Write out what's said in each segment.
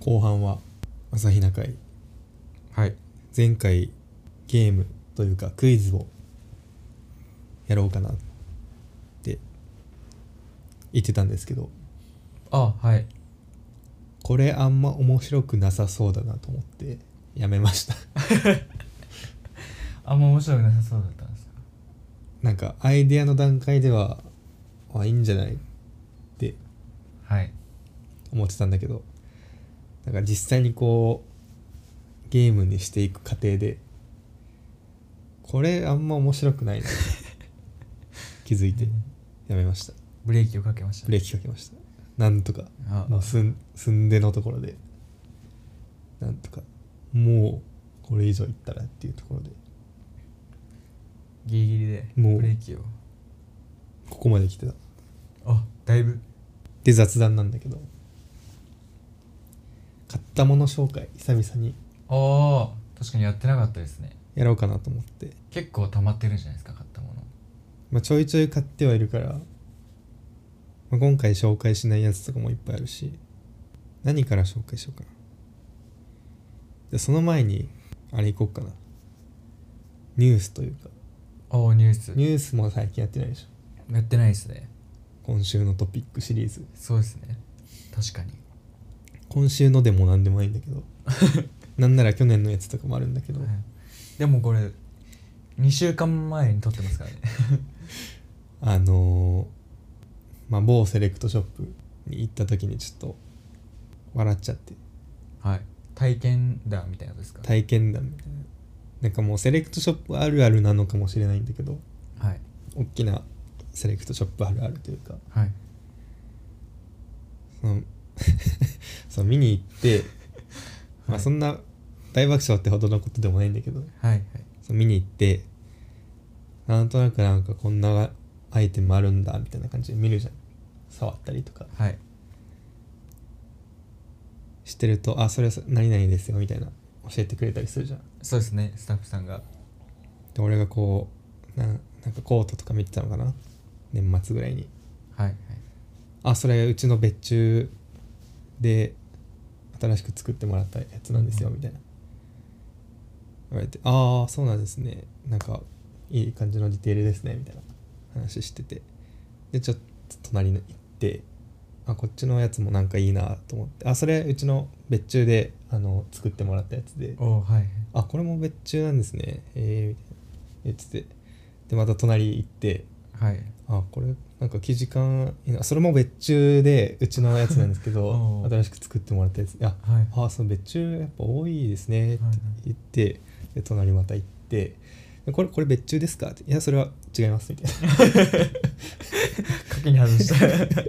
後半は朝比奈会はい前回ゲームというかクイズをやろうかなって言ってたんですけどあはいこれあんま面白くなさそうだなと思ってやめましたあんま面白くなさそうだったんですかなんかアイデアの段階ではあいいんじゃないってはい思ってたんだけどなんか実際にこうゲームにしていく過程でこれあんま面白くないな気づいてやめましたブレーキをかけましたブレーキかけましたなんとかあまあ、すんすんでのところでなんとかもうこれ以上いったらっていうところでギリギリでもうブレーキをここまで来てたあだいぶで雑談なんだけど買ったもの紹介久々にああ確かにやってなかったですねやろうかなと思って、結構溜まってるんじゃないですか買ったものまあ、ちょいちょい買ってはいるから、まあ、今回紹介しないやつとかもいっぱいあるし何から紹介しようかなでその前にあれ行こうかなニュースというかああニュースニュースも最近やってないでしょやってないですね今週のトピックシリーズそうですね確かに今週のでも何でもないんだけどなんなら去年のやつとかもあるんだけど、でもこれ2週間前に撮ってますからねあのーまあ、某セレクトショップに行った時にちょっと笑っちゃって はい体験談みたいなことですか体験談みたいななんかもうセレクトショップあるあるなのかもしれないんだけどはい大きなセレクトショップあるあるというかはいその その見に行って、まはあ、いそんな大爆笑ってほどのことでもないんだけどはいはいそう見に行ってなんとなくなんかこんなアイテムあるんだみたいな感じで見るじゃん触ったりとかはいしてると「あそれそ何々ですよ」みたいな教えてくれたりするじゃんそうですねスタッフさんがで俺がこうなんなんかコートとか見てたのかな年末ぐらいにはいはい「あそれうちの別注で新しく作ってもらったやつなんですよ」うんみたいな言われて「ああそうなんですねなんかいい感じのディテールですね」みたいな話しててでちょっと隣に行ってあこっちのやつもなんかいいなと思って「あそれうちの別注であの作ってもらったやつでおーはいはいあこれも別注なんですねえー」みたいな言っててでまた隣行ってはいあこれなんか生地感いいなそれも別注でうちのやつなんですけど おう新しく作ってもらったやつあはいあその別注やっぱ多いですねってはいはい言って、で隣また行ってでこれこれ別注ですかっていやそれは違いますみ たい柿に外したな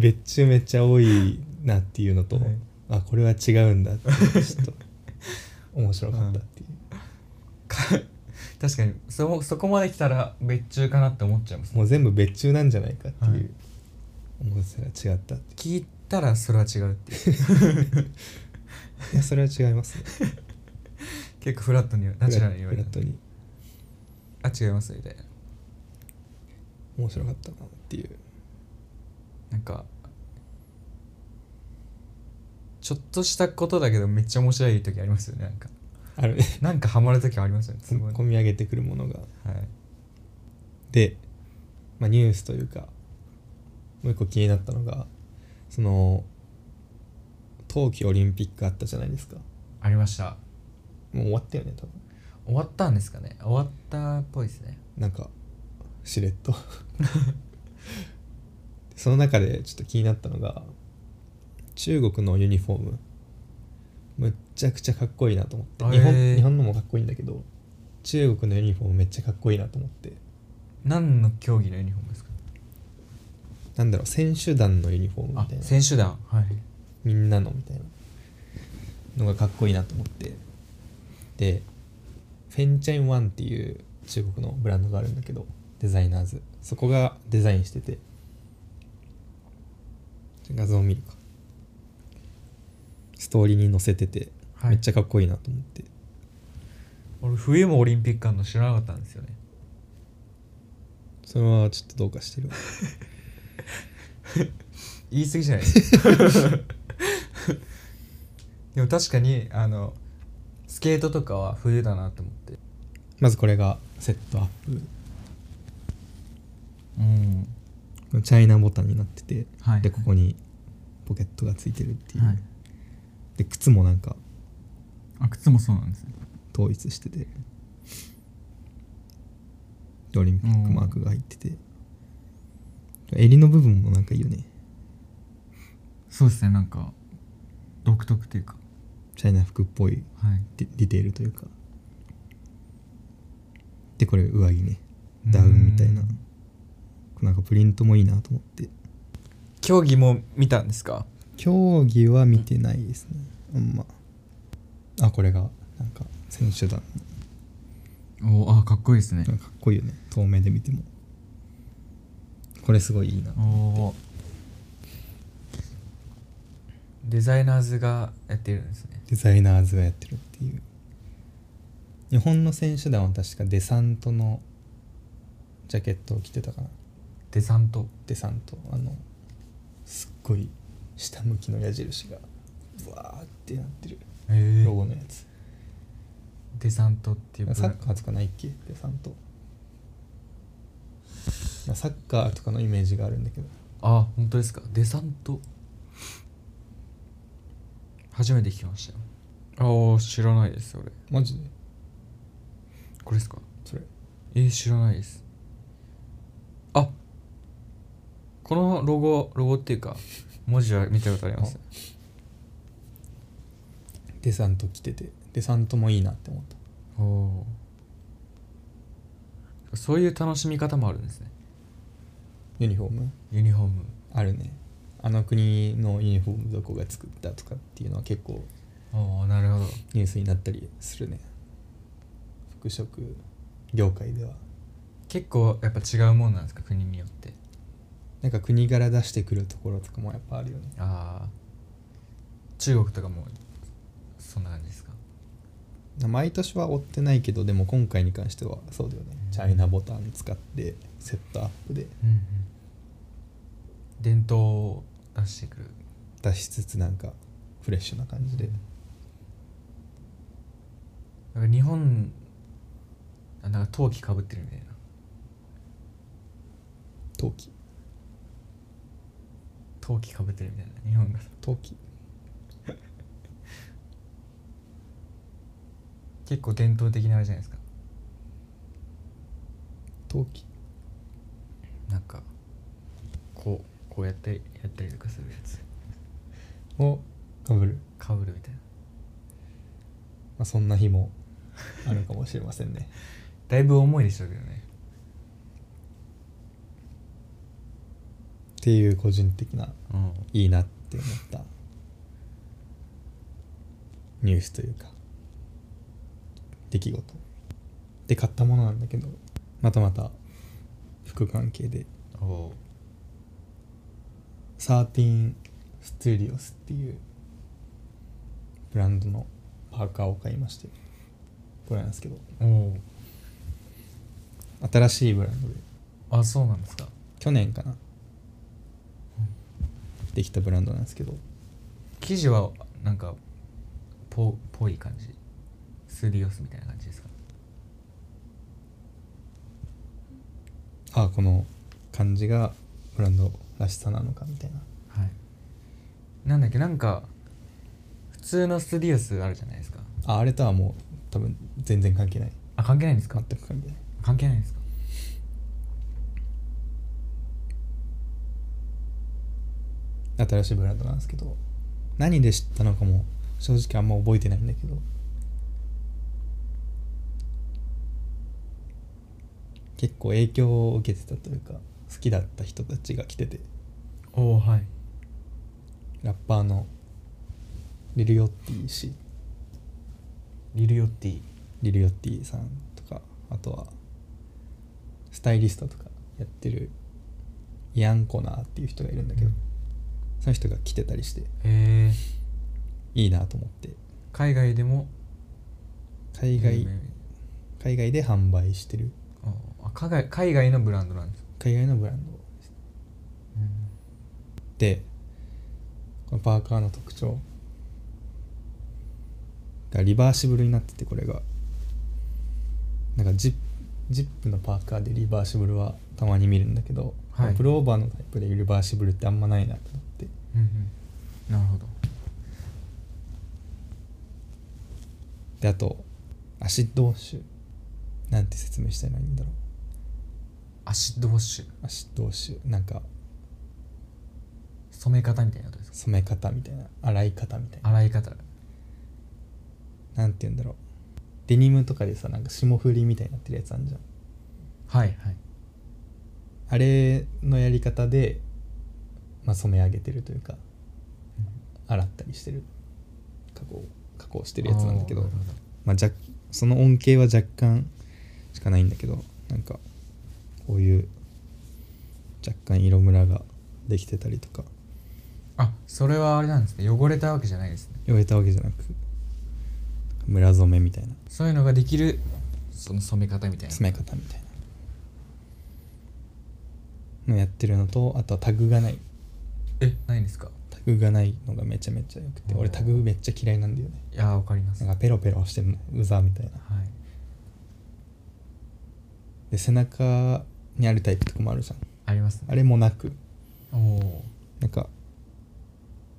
別注めっちゃ多いなっていうのと、はいあこれは違うんだってちょっと面白かったっていう、確かにそそこまで来たら別注かなって思っちゃいますねもう全部別注なんじゃないかっていう、はい思ってたら違ったって聞いたらそれは違うっていういやそれは違いますね結構フラットにナチュラルに言われフたラットにあ違いますみたいな面白かったなっていうなんかちょっとしたことだけどめっちゃ面白い時ありますよねなんかあるねなんかハマる時ありますよねすごい込み上げてくるものがはいで、まあ、ニュースというかもう一個気になったのがその冬季オリンピックあったじゃないですかありましたもう終わったよね多分終わったんですかね終わったっぽいですねなんかしれっ とその中でちょっと気になったのが中国のユニフォームむっちゃくちゃかっこいいなと思って日へ本ー日本のもかっこいいんだけど中国のユニフォームめっちゃかっこいいなと思って何の競技のユニフォームですかなんだろう選手団のユニフォームみあたいな選手団はいみんなのみたいなのがかっこいいなと思ってでフェンチェンワンっていう中国のブランドがあるんだけどデザイナーズそこがデザインしてて画像を見るかストーリーに載せてて、はいめっちゃかっこいいなと思って俺冬もオリンピックあるの知らなかったんですよねそれはちょっとどうかしてるわ 言い過ぎじゃないですかでも確かにあのスケートとかは冬だなと思ってまずこれがセットアッうんプチャイナボタンになってて、はいでここにポケットがついてるっていう、はいで靴もなんかあ靴もそうなんですね統一しててでオリンピックマークが入ってて襟の部分もなんかいいよねそうですねなんか独特というかチャイナ服っぽいはいデディテールというかでこれ上着ねダウンみたいなうんなんかプリントもいいなと思って競技も見たんですか競技は見てないですねあんまあこれがなんか選手団おあかっこいいですねなんかかっこいいよね透明で見てもこれすごいいいなおデザイナーズがやってるんですねデザイナーズがやってるっていう日本の選手団は確かデサントのジャケットを着てたかなデサントデサントあのすっごい下向きの矢印がブワーってなってるえロゴのやつ、デサントっていうブサランッカーとかないっけデサントまあサッカーとかのイメージがあるんだけどあ本当ですかデサント初めて聞きましたよああ知らないです俺マジでこれですかそれえー、知らないですあこのロゴロゴっていうか文字は見たことありますデサント着ててデサントもいいなって思ったおおーそういう楽しみ方もあるんですねユニフォームユニフォームあるねあの国のユニフォームどこが作ったとかっていうのは結構おおなるほどニュースになったりするね服飾業界では結構やっぱ違うもんなんですか国によってなんか国柄出してくるところとかもやっぱあるよねああ中国とかもそんな感じですか毎年は追ってないけどでも今回に関してはそうだよねチャイナボタン使ってセットアップでうん、うん、伝統を出してくる出しつつなんかフレッシュな感じでなんか日本あなんか陶器かぶってるみたいな陶器陶器かぶってるみたいな日本が陶器結構伝統的なあれじゃないですか陶器なんかこうこうやってやったりとかするやつをかぶる、かぶるみたいなまあ、そんな日もあるかもしれませんねだいぶ重いでしたけどねっていう個人的なうんいいなって思ったニュースというか出来事で買ったものなんだけどまたまた服関係でおう13ストゥリオスっていうブランドのパーカーを買いましてこれなんですけどおう新しいブランドであそうなんですか去年かなできたブランドなんですけど生地はなんかぽぽい感じスリオスみたいな感じですかあこの感じがブランドらしさなのかみたいなはいなんだっけなんか普通のスリオスあるじゃないですかああれとはもう多分全然関係ないあ関係ないんですか全く関係ない関係ないんですか新しいブランドなんですけど何で知ったのかも正直あんま覚えてないんだけど結構影響を受けてたというか好きだった人たちが来てておおはいラッパーのリルヨッティ氏リルヨッティリルヨッティさんとかあとはスタイリストとかやってるイアンコナーっていう人がいるんだけど、うんその人が来てたりしてへえいいなと思って海外でも海外、有名海外で販売してるあ海外海外のブランドなんです、海外のブランドですでこのパーカーの特徴がリバーシブルになっててこれがなんかジップジップのパーカーでリバーシブルはたまに見るんだけど、はいプローバーのタイプでリバーシブルってあんまないなと思ってうんうんなるほどであとアシッドウォッシュなんて説明したらいいんだろうアシッドウォッシュアシッドウォッシュなんか染め方みたいなことですか染め方みたいな洗い方みたいな洗い方なんて言うんだろうデニムとかでさなんか霜降りみたいになってるやつあるじゃんはいはいあれのやり方で、まあ、染め上げてるというか洗ったりしてる加工加工してるやつなんだけどあーるほまあ、若その恩恵は若干しかないんだけどなんかこういう若干色ムラができてたりとかあそれはあれなんですね汚れたわけじゃないですね汚れたわけじゃなくムラ染めみたいなそういうのができるその染め方みたいな詰め方みたいなのやってるのとあとはタグがないえないんですかタグがないのがめちゃめちゃよくて俺タグめっちゃ嫌いなんだよねいやーわかりますなんはいかペロペロしてるのうざみたいなで背中にあるタイプとかもあるじゃんありますねあれもなくおおなんか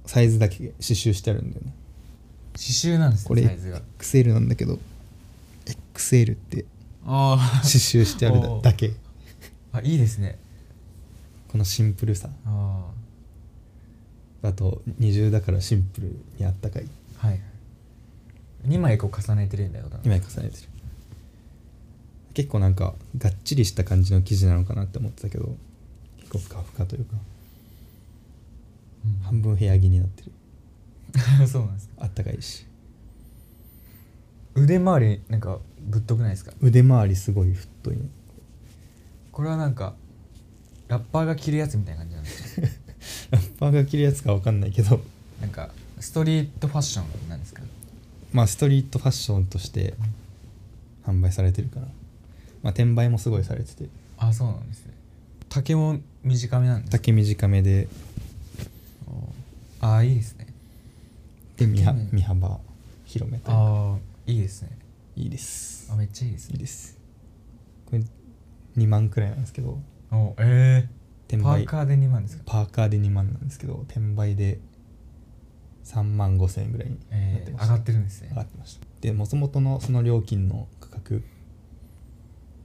サイズだけ刺繍してあるんだよね刺繍なんですこねれサイズが XL なんだけど XL ってあ刺繍してあるだおーだけあいいですねこのシンプルさああと二重だからシンプルにあったかいあはい2枚こう重ねてるみたいなことなん今で重ねてる結構なんかがっちりした感じの生地なのかなって思ってたけど結構ふかふかというか半分部屋着になってるす、うんそうなんですかあったかいし腕周りなんかぶっとくないですか腕周りすごい太いねこれはなんかラッパーが着るやつみたいな感じなんですかラッパーが着るやつかわかんないけどなんかストリートファッションなんですかまあストリートファッションとして販売されてるからまあ転売もすごいされててあそうなんですね丈も短めなんですか丈短めでああいいですねで身は丈ね身幅広めというかああいいですねいいですあめっちゃいいですいいねですこれ2万くらいなんですけどおええ転パー売カーで2万ですかパーカーで2万なんですけど転売で3万5千円ぐらいになっえてえま上した、がってるんですね上がってましたでもともとのその料金の価格っ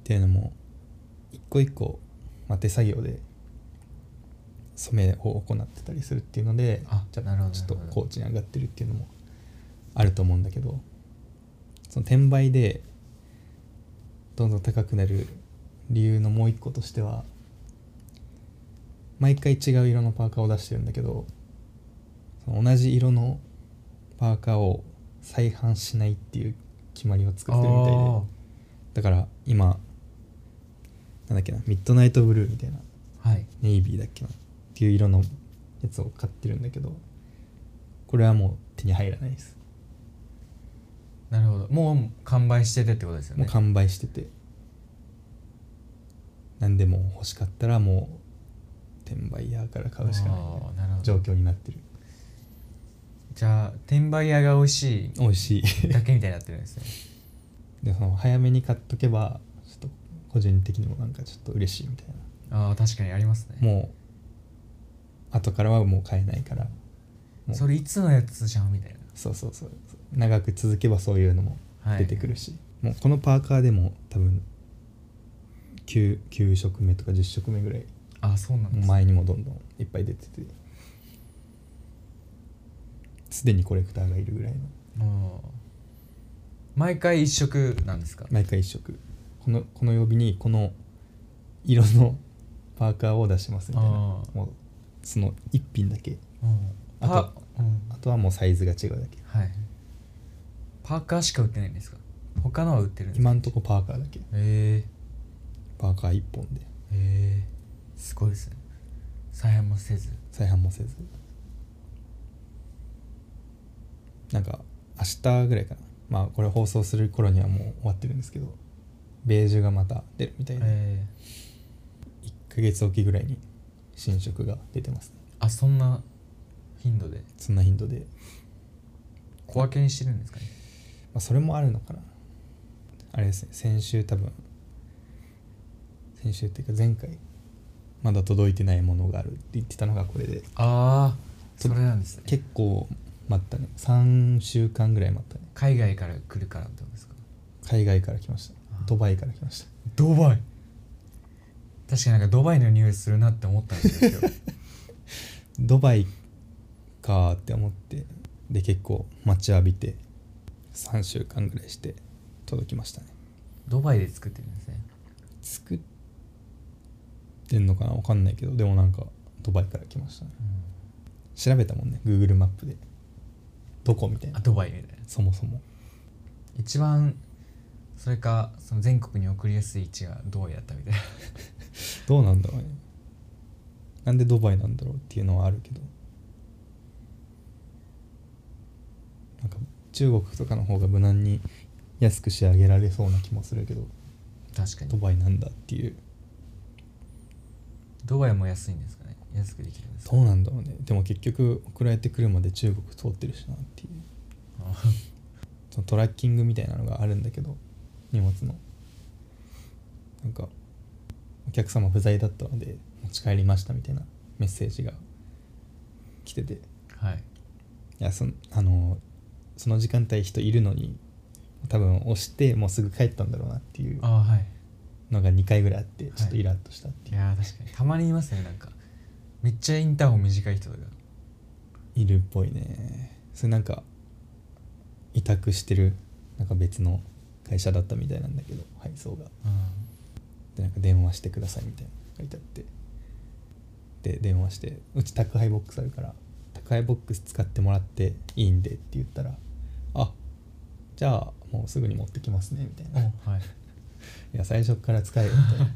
ていうのも一個一個、まあ、手作業で染めを行ってたりするっていうのであちょなるほどちょっとなるほど高知に上がってるっていうのもあると思うんだけどその転売でどんどん高くなる理由のもう一個としては毎回違う色のパーカーを出してるんだけどその同じ色のパーカーを再販しないっていう決まりを作ってるみたいでだから今なんだっけなミッドナイトブルーみたいなあーはいネイビーだっけなっていう色のやつを買ってるんだけどこれはもう手に入らないですなるほどもう完売しててってことですよもうね完売してて何でも欲しかったらもう転売ヤーから買うしかないみたいあーなるほなど状況になってるじゃあ転売屋が美味しい美味しい だけみたいになってるんですねでその早めに買っとけばちょっと個人的にもなんかちょっと嬉しいみたいなああ確かにありますねもう後からはもう買えないからもうそれいつのやつじゃんみたいなそうそうそう長く続けばそういうのもはい出てくるし、もうこのパーカーでも多分 9, 9色目とか10色目ぐらいあそうなんですね前にもどんどんいっぱい出ててすでにコレクターがいるぐらいのあー毎回一色なんですか毎回1色このこの曜日にこの色のパーカーを出しますみたいなあーもうその1品だけうんあとパうんあとはもうサイズが違うだけはいパーカーしか売ってないんですか他のは売ってるんですか今んとこパーカーだけえパーカー1本でー、えー、すごいですね再販もせず再販もせずなんか明日ぐらいかなまあこれ放送する頃にはもう終わってるんですけどベージュがまた出るみたいで、えー、 1ヶ月おきぐらいに新色が出てますねあそんな頻度でそんな頻度で小分けにしてるんですかねあ、それもあるのかなあれですね先週多分先週っていうか前回まだ届いてないものがあるって言ってたのがこれでああそれなんですね結構待ったね3週間ぐらい待ったね海外から来るからってことですか海外から来ましたあドバイから来ましたドバイ確かになんかドバイの匂いするなって思ったんですよ 今日ドバイかーって思ってで結構待ちわびて3週間ぐらいして届きましたねドバイで作ってるんですね作ってんのかなわかんないけどでもなんかドバイから来ましたね調べたもんね Google マップでどこみたいあなドバイみたいなそもそも一番それかその全国に送りやすい位置がドバイだったみたいなどうなんだろうねなんでドバイなんだろうっていうのはあるけどなんか中国とかの方が無難に安く仕上げられそうな気もするけど確かドにバイなんだっていうドバイも安いんですかね安くできるんですかどうなんだろうねでも結局送られてくるまで中国通ってるしなっていうあそのトラッキングみたいなのがあるんだけど荷物のなんかお客様不在だったので持ち帰りましたみたいなメッセージが来てていはいやそのあのその時間帯人いるのに多分押してもうすぐ帰ったんだろうなっていうあはいのが2回ぐらいあっていちょっとイラッとしたっていいう、やー確かにたまにいますねなんかめっちゃインターホン短い人とかい、るっぽいねそれなんか委託してるなんか別の会社だったみたいなんだけど配送がでなんか電話してくださいみたいなの書いてあってで電話して「うち宅配ボックスあるから宅配ボックス使ってもらっていいんで」って言ったら「あじゃあもうすぐに持ってきますね」みたいな「いはいや最初から使えよ」みたいな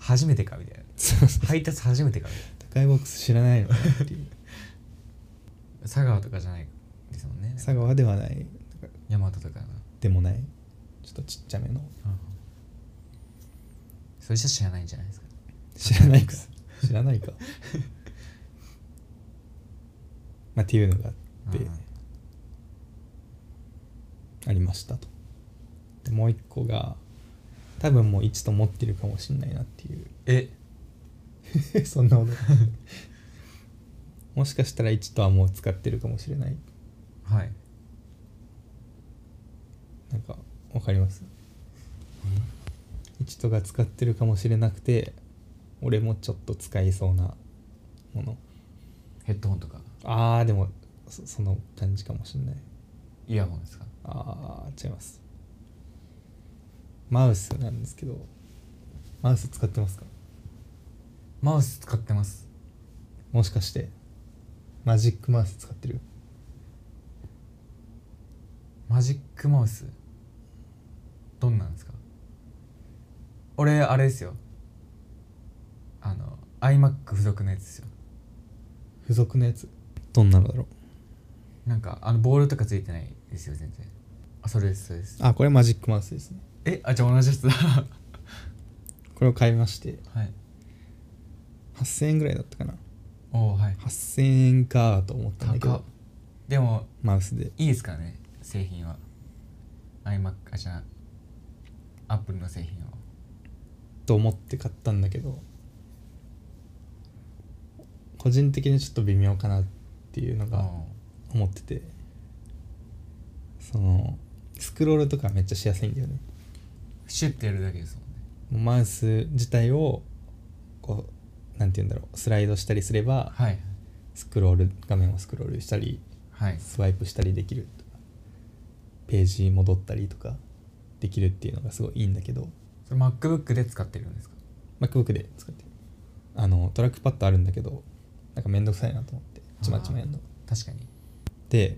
初めてかみたいなそうそう配達初めてかみたい宅配ボックス知らないのかなっていうな佐川とかじゃないですもんね佐川ではない大和とかなでもないちょっとちっちゃめのそれじゃ知らないんじゃないですか知らないか知らないか まあっていうのがあって、うんありましたとでもう一個が多分もう一と持ってるかもしんないなっていうえ そんなこともしかしたら一とはもう使ってるかもしれないはいなんかわかります一とが使ってるかもしれなくて俺もちょっと使いそうなものヘッドホンとかあーでもそその感じかもしんないイヤホンですかあー違いますマウスなんですけどマウス使ってますかマウス使ってますもしかしてマジックマウス使ってるマジックマウスどんなんですか俺あれですよあの iMac 付属のやつですよ付属のやつどんなのだろうなんかあのボールとかついてないですよ全然あそれですそれですあこれマジックマウスですねえあじゃあ同じやつだ はこれを買いましてい8000円ぐらいだったかなおおはい8000円かと思ったんだけ高っどでもマウスでいいですからね製品は iMac あじゃないアップルの製品はと思って買ったんだけど個人的にちょっと微妙かなっていうのが思っててそのスクロールとかめっちゃしやすいんだよねシュッてやるだけですもんねマウス自体をこうなんて言うんだろうスライドしたりすればはいスクロール画面をスクロールしたりはいスワイプしたりできるとかページ戻ったりとかできるっていうのがすごいいいんだけどそれ MacBook で使ってるんですか MacBook で使ってるあのトラックパッドあるんだけどなんかめんどくさいなと思ってちまちまやんの確かにで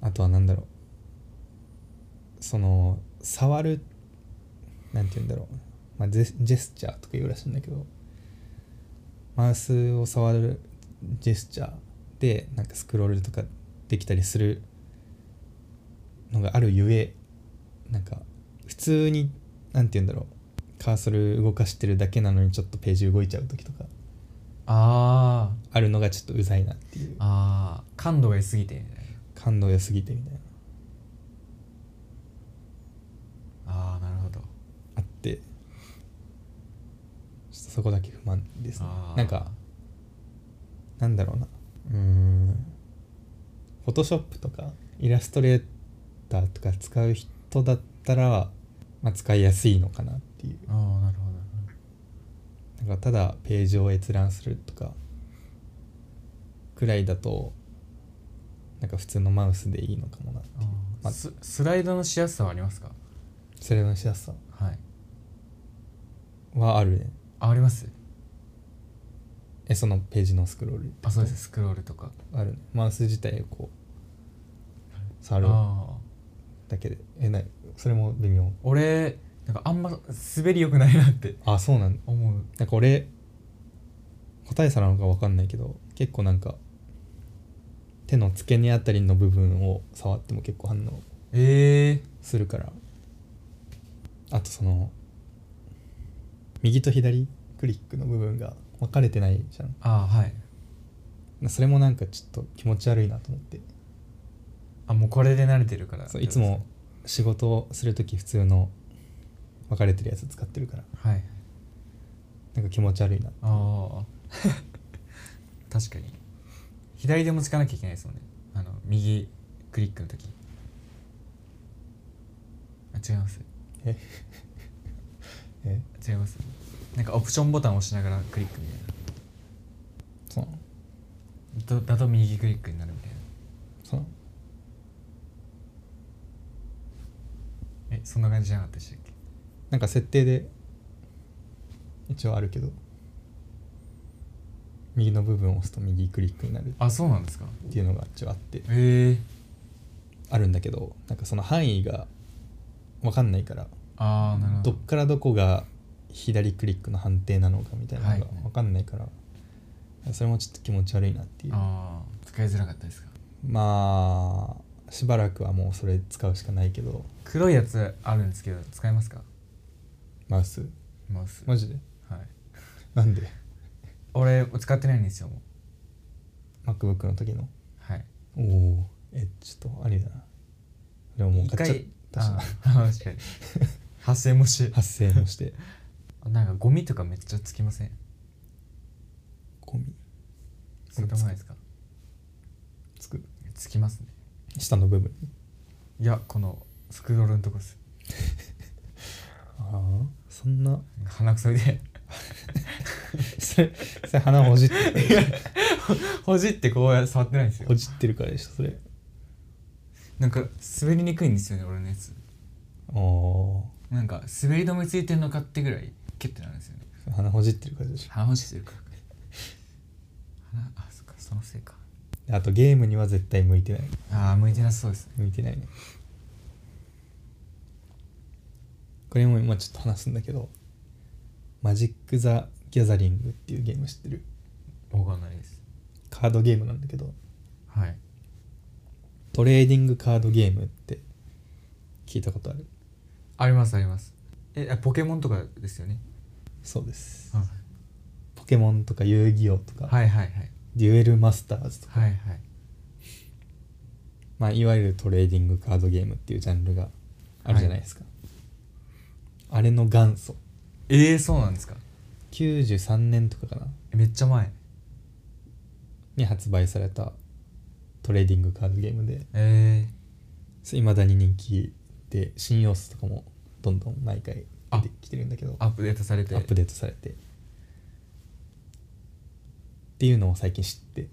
あとは何だろうその触るなんて言うんだろう、まあ、ジェジェスチャーとか言うらしいんだけどマウスを触るジェスチャーでなんかスクロールとかできたりするのがあるゆえなんか普通になんて言うんだろうカーソル動かしてるだけなのにちょっとページ動いちゃう時とかああるのがちょっとうざいなっていうああ感度が良すぎてみたいな感度良すぎてみたいなああなるほどあってちょっとそこだけ不満ですねあーなんかなんだろうなうーんフォトショップとかイラストレーターとか使う人だったら、まあ、使いやすいのかなっていうああなるほどなるほどなんかただページを閲覧するとかくらいだとなんか普通のマウスでいいのかもなっていうあまあーススライドのしやすさはありますかそれのしやすさはいはあるねあありますえそのページのスクロールあそうですスクロールとかあるねマウス自体をこう触るああだけでえないそれも微妙俺なんかあんま滑り良くないなってあそうなん思うなんか俺答えさなのか分かんないけど結構なんか手の付け根あたりの部分を触っても結構反応ええするからあとその右と左クリックの部分が分かれてないじゃんああはいなそれもなんかちょっと気持ち悪いなと思ってあもうこれで慣れてるからそういつも仕事をする時普通の分かれてるやつ使ってるからはいなんか気持ち悪いなああ 確かに左でもつかなきゃいけないですもんねあの右クリックの時あ違いますええ違いますなんかオプションボタンを押しながらクリックみたいそうなのなだだと右クリックになるみたいそうなのなえそんな感じじゃなかったでしたっけなんか設定で一応あるけど右の部分を押すと右クリックになるっあそうなんですかていうのが一応あってええあるんだけどなんかその範囲が分かんないからああなるほどどっからどこが左クリックの判定なのかみたいなのがはい分かんないから、それもちょっと気持ち悪いなっていうああ使いづらかったですかまあしばらくはもうそれ使うしかないけど黒いやつあるんですけど使えますかマウスマウスマジではいなんで俺使ってないんですよもう MacBook の時のはいおおえちょっとありだなでももう一買っちゃっ回たしなあー確 かに発生もし発生もしてなんかゴミとかめっちゃつきませんゴミそうでもないですかつくつきますね下の部分いやこのスクロールのとこですああそんな鼻くそ でそれそれ鼻をほじってほじってこうやって触ってないんですよほじってるからでしょそれなんか滑りにくいんですよね俺のやつおおなんか滑り止めついてんのかってぐらいキュッてなるんですよねー鼻ほじってるからでし鼻ほじってるから鼻あそっかそのせいかょあとゲームには絶対向いてないああ向いてなさそうですね向いてないねこれも今ちょっと話すんだけどマジック・ザ・ギャザリングっていうゲーム知ってるわかんないですカードゲームなんだけどはいトレーディングカードゲームって聞いたことあるありますありますえあポケモンとかですよねそうですはいポケモンとか遊戯王とか、はいはいデュエルマスターズとか、はいはいまあ、いわゆるトレーディングカードゲームっていうジャンルがあるじゃないですか、あれの元祖えー、そうなんですか93年とかかなえめっちゃ前に発売されたトレーディングカードゲームでえいまだに人気で新要素とかもどんどん毎回出てきてるんだけどー、アップデートされてアップデートされてっていうのを最近知って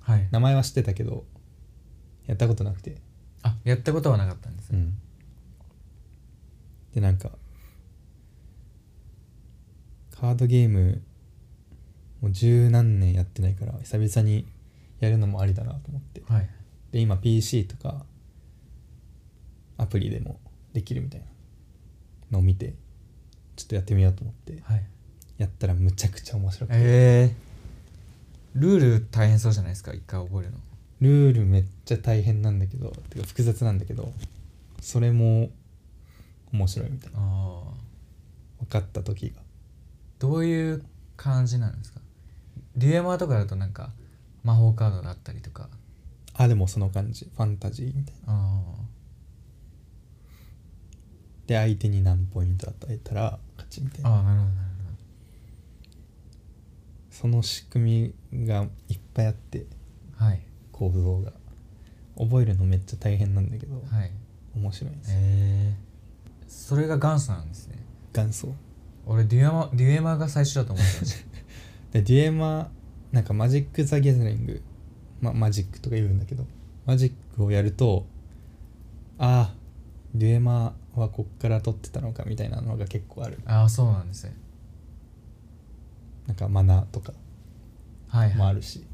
はい名前は知ってたけどやったことなくてあやったことはなかったんですね、ん、でなんかカードゲームもう十何年やってないから久々にやるのもありだなと思ってはいで今 PC とかアプリでもできるみたいなのを見てちょっとやってみようと思ってはいやったらむちゃくちゃ面白くてえー、ルール大変そうじゃないですか一回覚えるのルールめっちゃ大変なんだけどてか複雑なんだけどそれも面白いみたいなああ分かった時がどういう感じなんですかデュエマーとかだとなんか魔法カードがあったりとかあでもその感じファンタジーみたいなあで相手に何ポイント与えたら勝ちみたいあなああなるほどなるその仕組みがいっぱいあってほどはい構造が覚えるのめっちゃ大変なんだけど、はい面白いですよえー、それが元祖なんですね元祖俺デュエマデュエマが最初だと思ってましでデュエマなんかマジック・ザ・ギャザリング、ま、マジックとか言うんだけどマジックをやるとああデュエマはこっから取ってたのかみたいなのが結構ある たああそうなんですねなんかマナーとかはいはい、もあるし、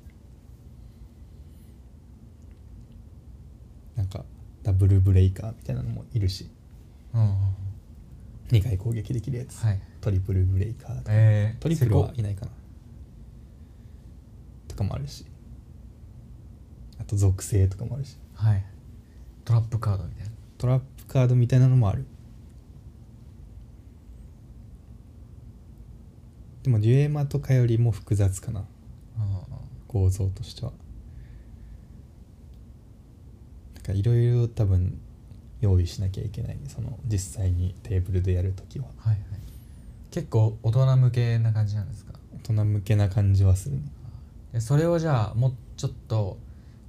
なんかダブルブレイカーみたいなのもいるしうんうんうんは2回攻撃できるやつ、いトリプルブレイカーとかえー、トリプルすはごいいないかなとかもあるしあと属性とかもあるしはいトラップカードみたいなトラップカードみたいなのもあるでもデュエマとかよりも複雑かなうんうんうん構造としてはなんかいろいろ多分用意しなきゃいけないその実際にテーブルでやるときははいはい結構大人向けな感じなんですか大人向けな感じはするねでそれをじゃあもうちょっと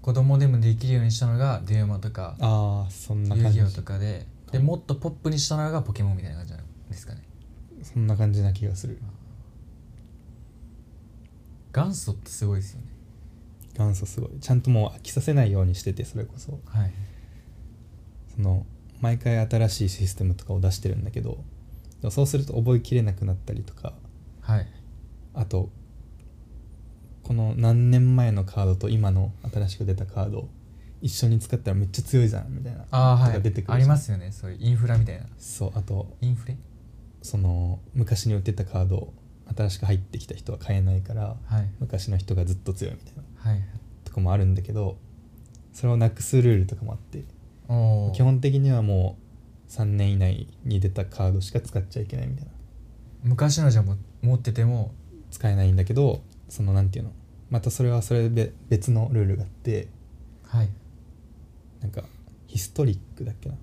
子供でもできるようにしたのがデュエマとかああそんな遊感じ戯王とかででもっとポップにしたのがポケモンみたいな感じなんですかねそんな感じな気がする元祖ってすごいですよね元祖すごいちゃんともう飽きさせないようにしててそれこそはいその毎回新しいシステムとかを出してるんだけどでもそうすると覚えきれなくなったりとかはいあとこの何年前のカードと今の新しく出たカード一緒に使ったらめっちゃ強いじゃんみたいなああとはかい出てくるありますよねそういうインフラみたいなそうあとインフレその昔に売ってたカード新しく入ってきた人は買えないからはい昔の人がずっと強いみたいなはいとこもあるんだけどそれをなくすルールとかもあっておお基本的にはもう3年以内に出たカードしか使っちゃいけないみたいな昔のじゃも持ってても使えないんだけどそのなんていうのまたそれはそれで別のルールがあってはいなんかヒストリックだっけな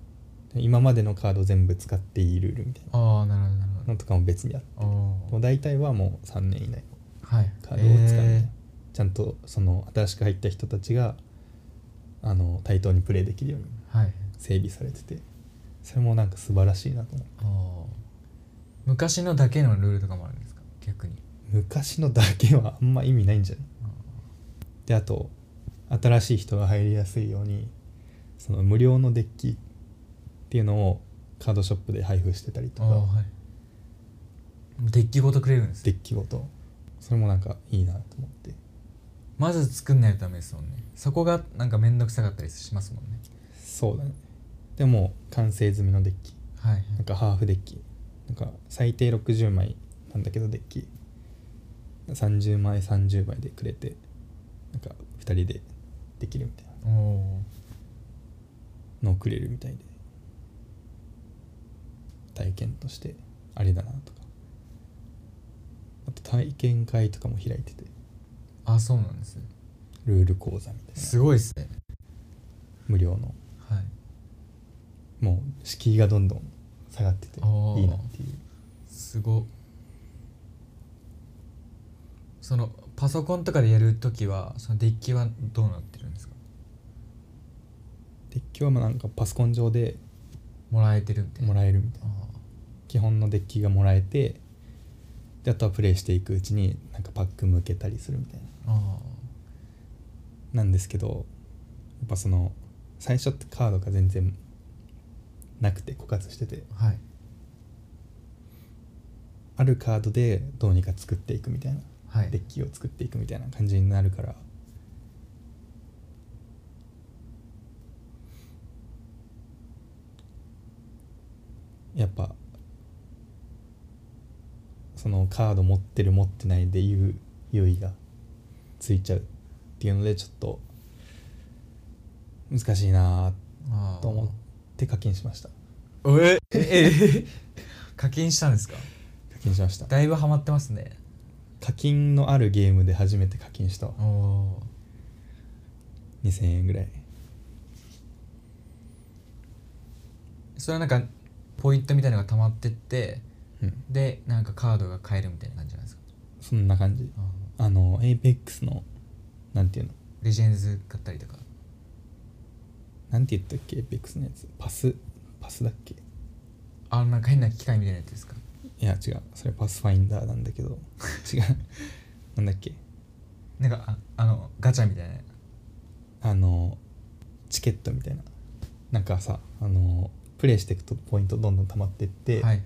今までのカード全部使っていいルールみたいああなるほどなるなのとかも別にあってほどおもおう大体はもう3年以内はいカードを使うみたいな、えちゃんとその新しく入った人たちがあの対等にプレイできるようにーはい整備されててそれもなんか素晴らしいなと思うおお昔のだけのルールとかもあるんですか逆に昔のだけはあんま意味ないんじゃないであと新しい人が入りやすいようにその無料のデッキっていうのをカードショップで配布してたりとああかはいデッキごとくれるんですデねッキごとそれもなんかいいなと思ってまず作んないとダメですもんねそこがなんか面倒くさかったりしますもんねそうだねでも完成済みのデッキはいはいなんかハーフデッキなんか最低60枚なんだけどデッキ30枚30枚でくれてなんか2人でできるみたいなおおのをくれるみたいで体験としてあれだなとかあと体験会とかも開いててあそうなんですねルール講座みたいなすごいですね無料のはいもう敷居がどんどん下がってていあーいなっていうすごそのパソコンとかでやるときはそのデッキはどうなってるんですかで今日もなんかパソコン上でもらえてるみたいなもらえるみたいな基本のデッキがもらえてであとはプレイしていくうちになんかパック向けたりするみたいなああなんですけどやっぱその最初ってカードが全然なくて枯渇しててはいあるカードでどうにか作っていくみたいなはいデッキを作っていくみたいな感じになるからやっぱそのカード持ってる持ってないでいう優位がついちゃうっていうのでちょっと難しいなあぁあと思って課金しましたええ 課金したんですか課金しましただいぶハマってますね課金のあるゲームで初めて課金したわおお2000円ぐらいそれはなんかポイントみたいなのが溜まってってうんでなんかカードが買えるみたいな感じなんですかそんな感じああの APEX のなんていうのーレジェンズ買ったりとかなんて言ったっけ APEX のやつパスパスだっけあなんか変な機械みたいなやつですかいや違うそれパスファインダーなんだけど 違うなんだっけなんかああのガチャみたいなあのチケットみたいななんかさあのプレイしていくとポイントどんどん溜まってって、はい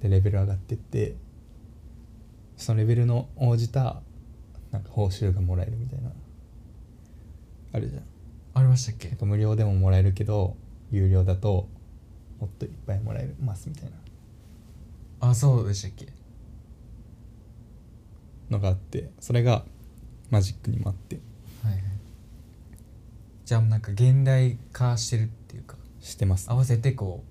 でレベル上がってってそのレベルの応じたなんか報酬がもらえるみたいなあるじゃんありましたっけなんか無料でももらえるけど有料だともっといっぱいもらえますみたいなあそうでしたっけのがあってそれがマジックにもあってはいはいじゃあなんか現代化してるっていうかしてます合わせてこう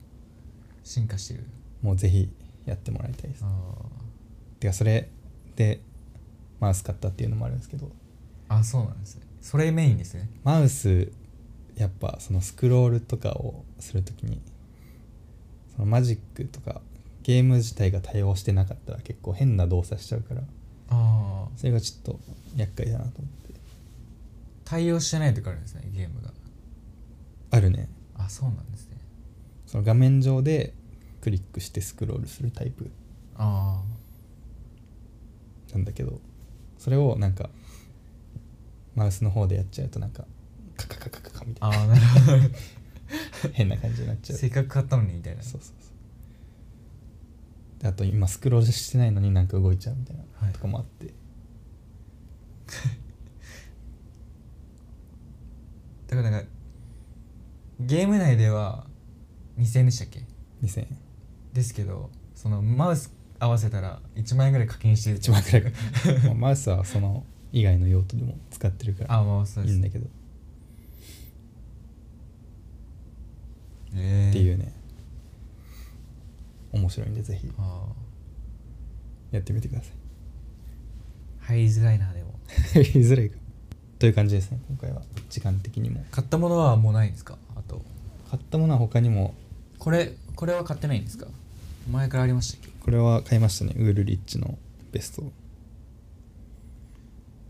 進化してるもうぜひやってもらいたいですあてかそれでマウス買ったっていうのもあるんですけどーあそうなんですねそれメインですねマウスやっぱそのスクロールとかをするときにそのマジックとかゲーム自体が対応してなかったら結構変な動作しちゃうからああそれがちょっと厄介だなと思って対応してないとかあるんですねゲームがあるねあそうなんですねその画面上でクリックしてスクロールするタイプあなんだけどそれをなんかマウスの方でやっちゃうとなんかカカカカカカみあたいああなるほどな変な感 じになっちゃうせっかく買ったのにみたいなそうそうそうであと今スクロールしてないのになんか動いちゃうみたいはいなとかもあって、だからなんかゲーム内では2000円でしたっけ2000円ですけどそのマウス合わせたら1万円ぐらい課金してる1万く らいかまあマウスはその以外の用途でも使ってるからあまあそういでいすんだけど、えーっていうね面白いんでぜひあやってみてくださいー入りづらいなでも言いづらいかという感じですね今回は時間的にも買ったものはもうないんですかあと買ったものは他にもこれこれは買ってないんですか前からありましたっけこれは買いましたねウールリッチのベスト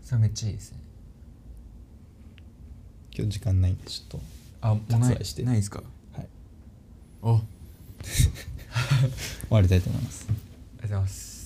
それめっちゃいいですね今日時間ないんでちょっあもうな割いしてないですかと、はい、おありがとう終わりたいと思いますございます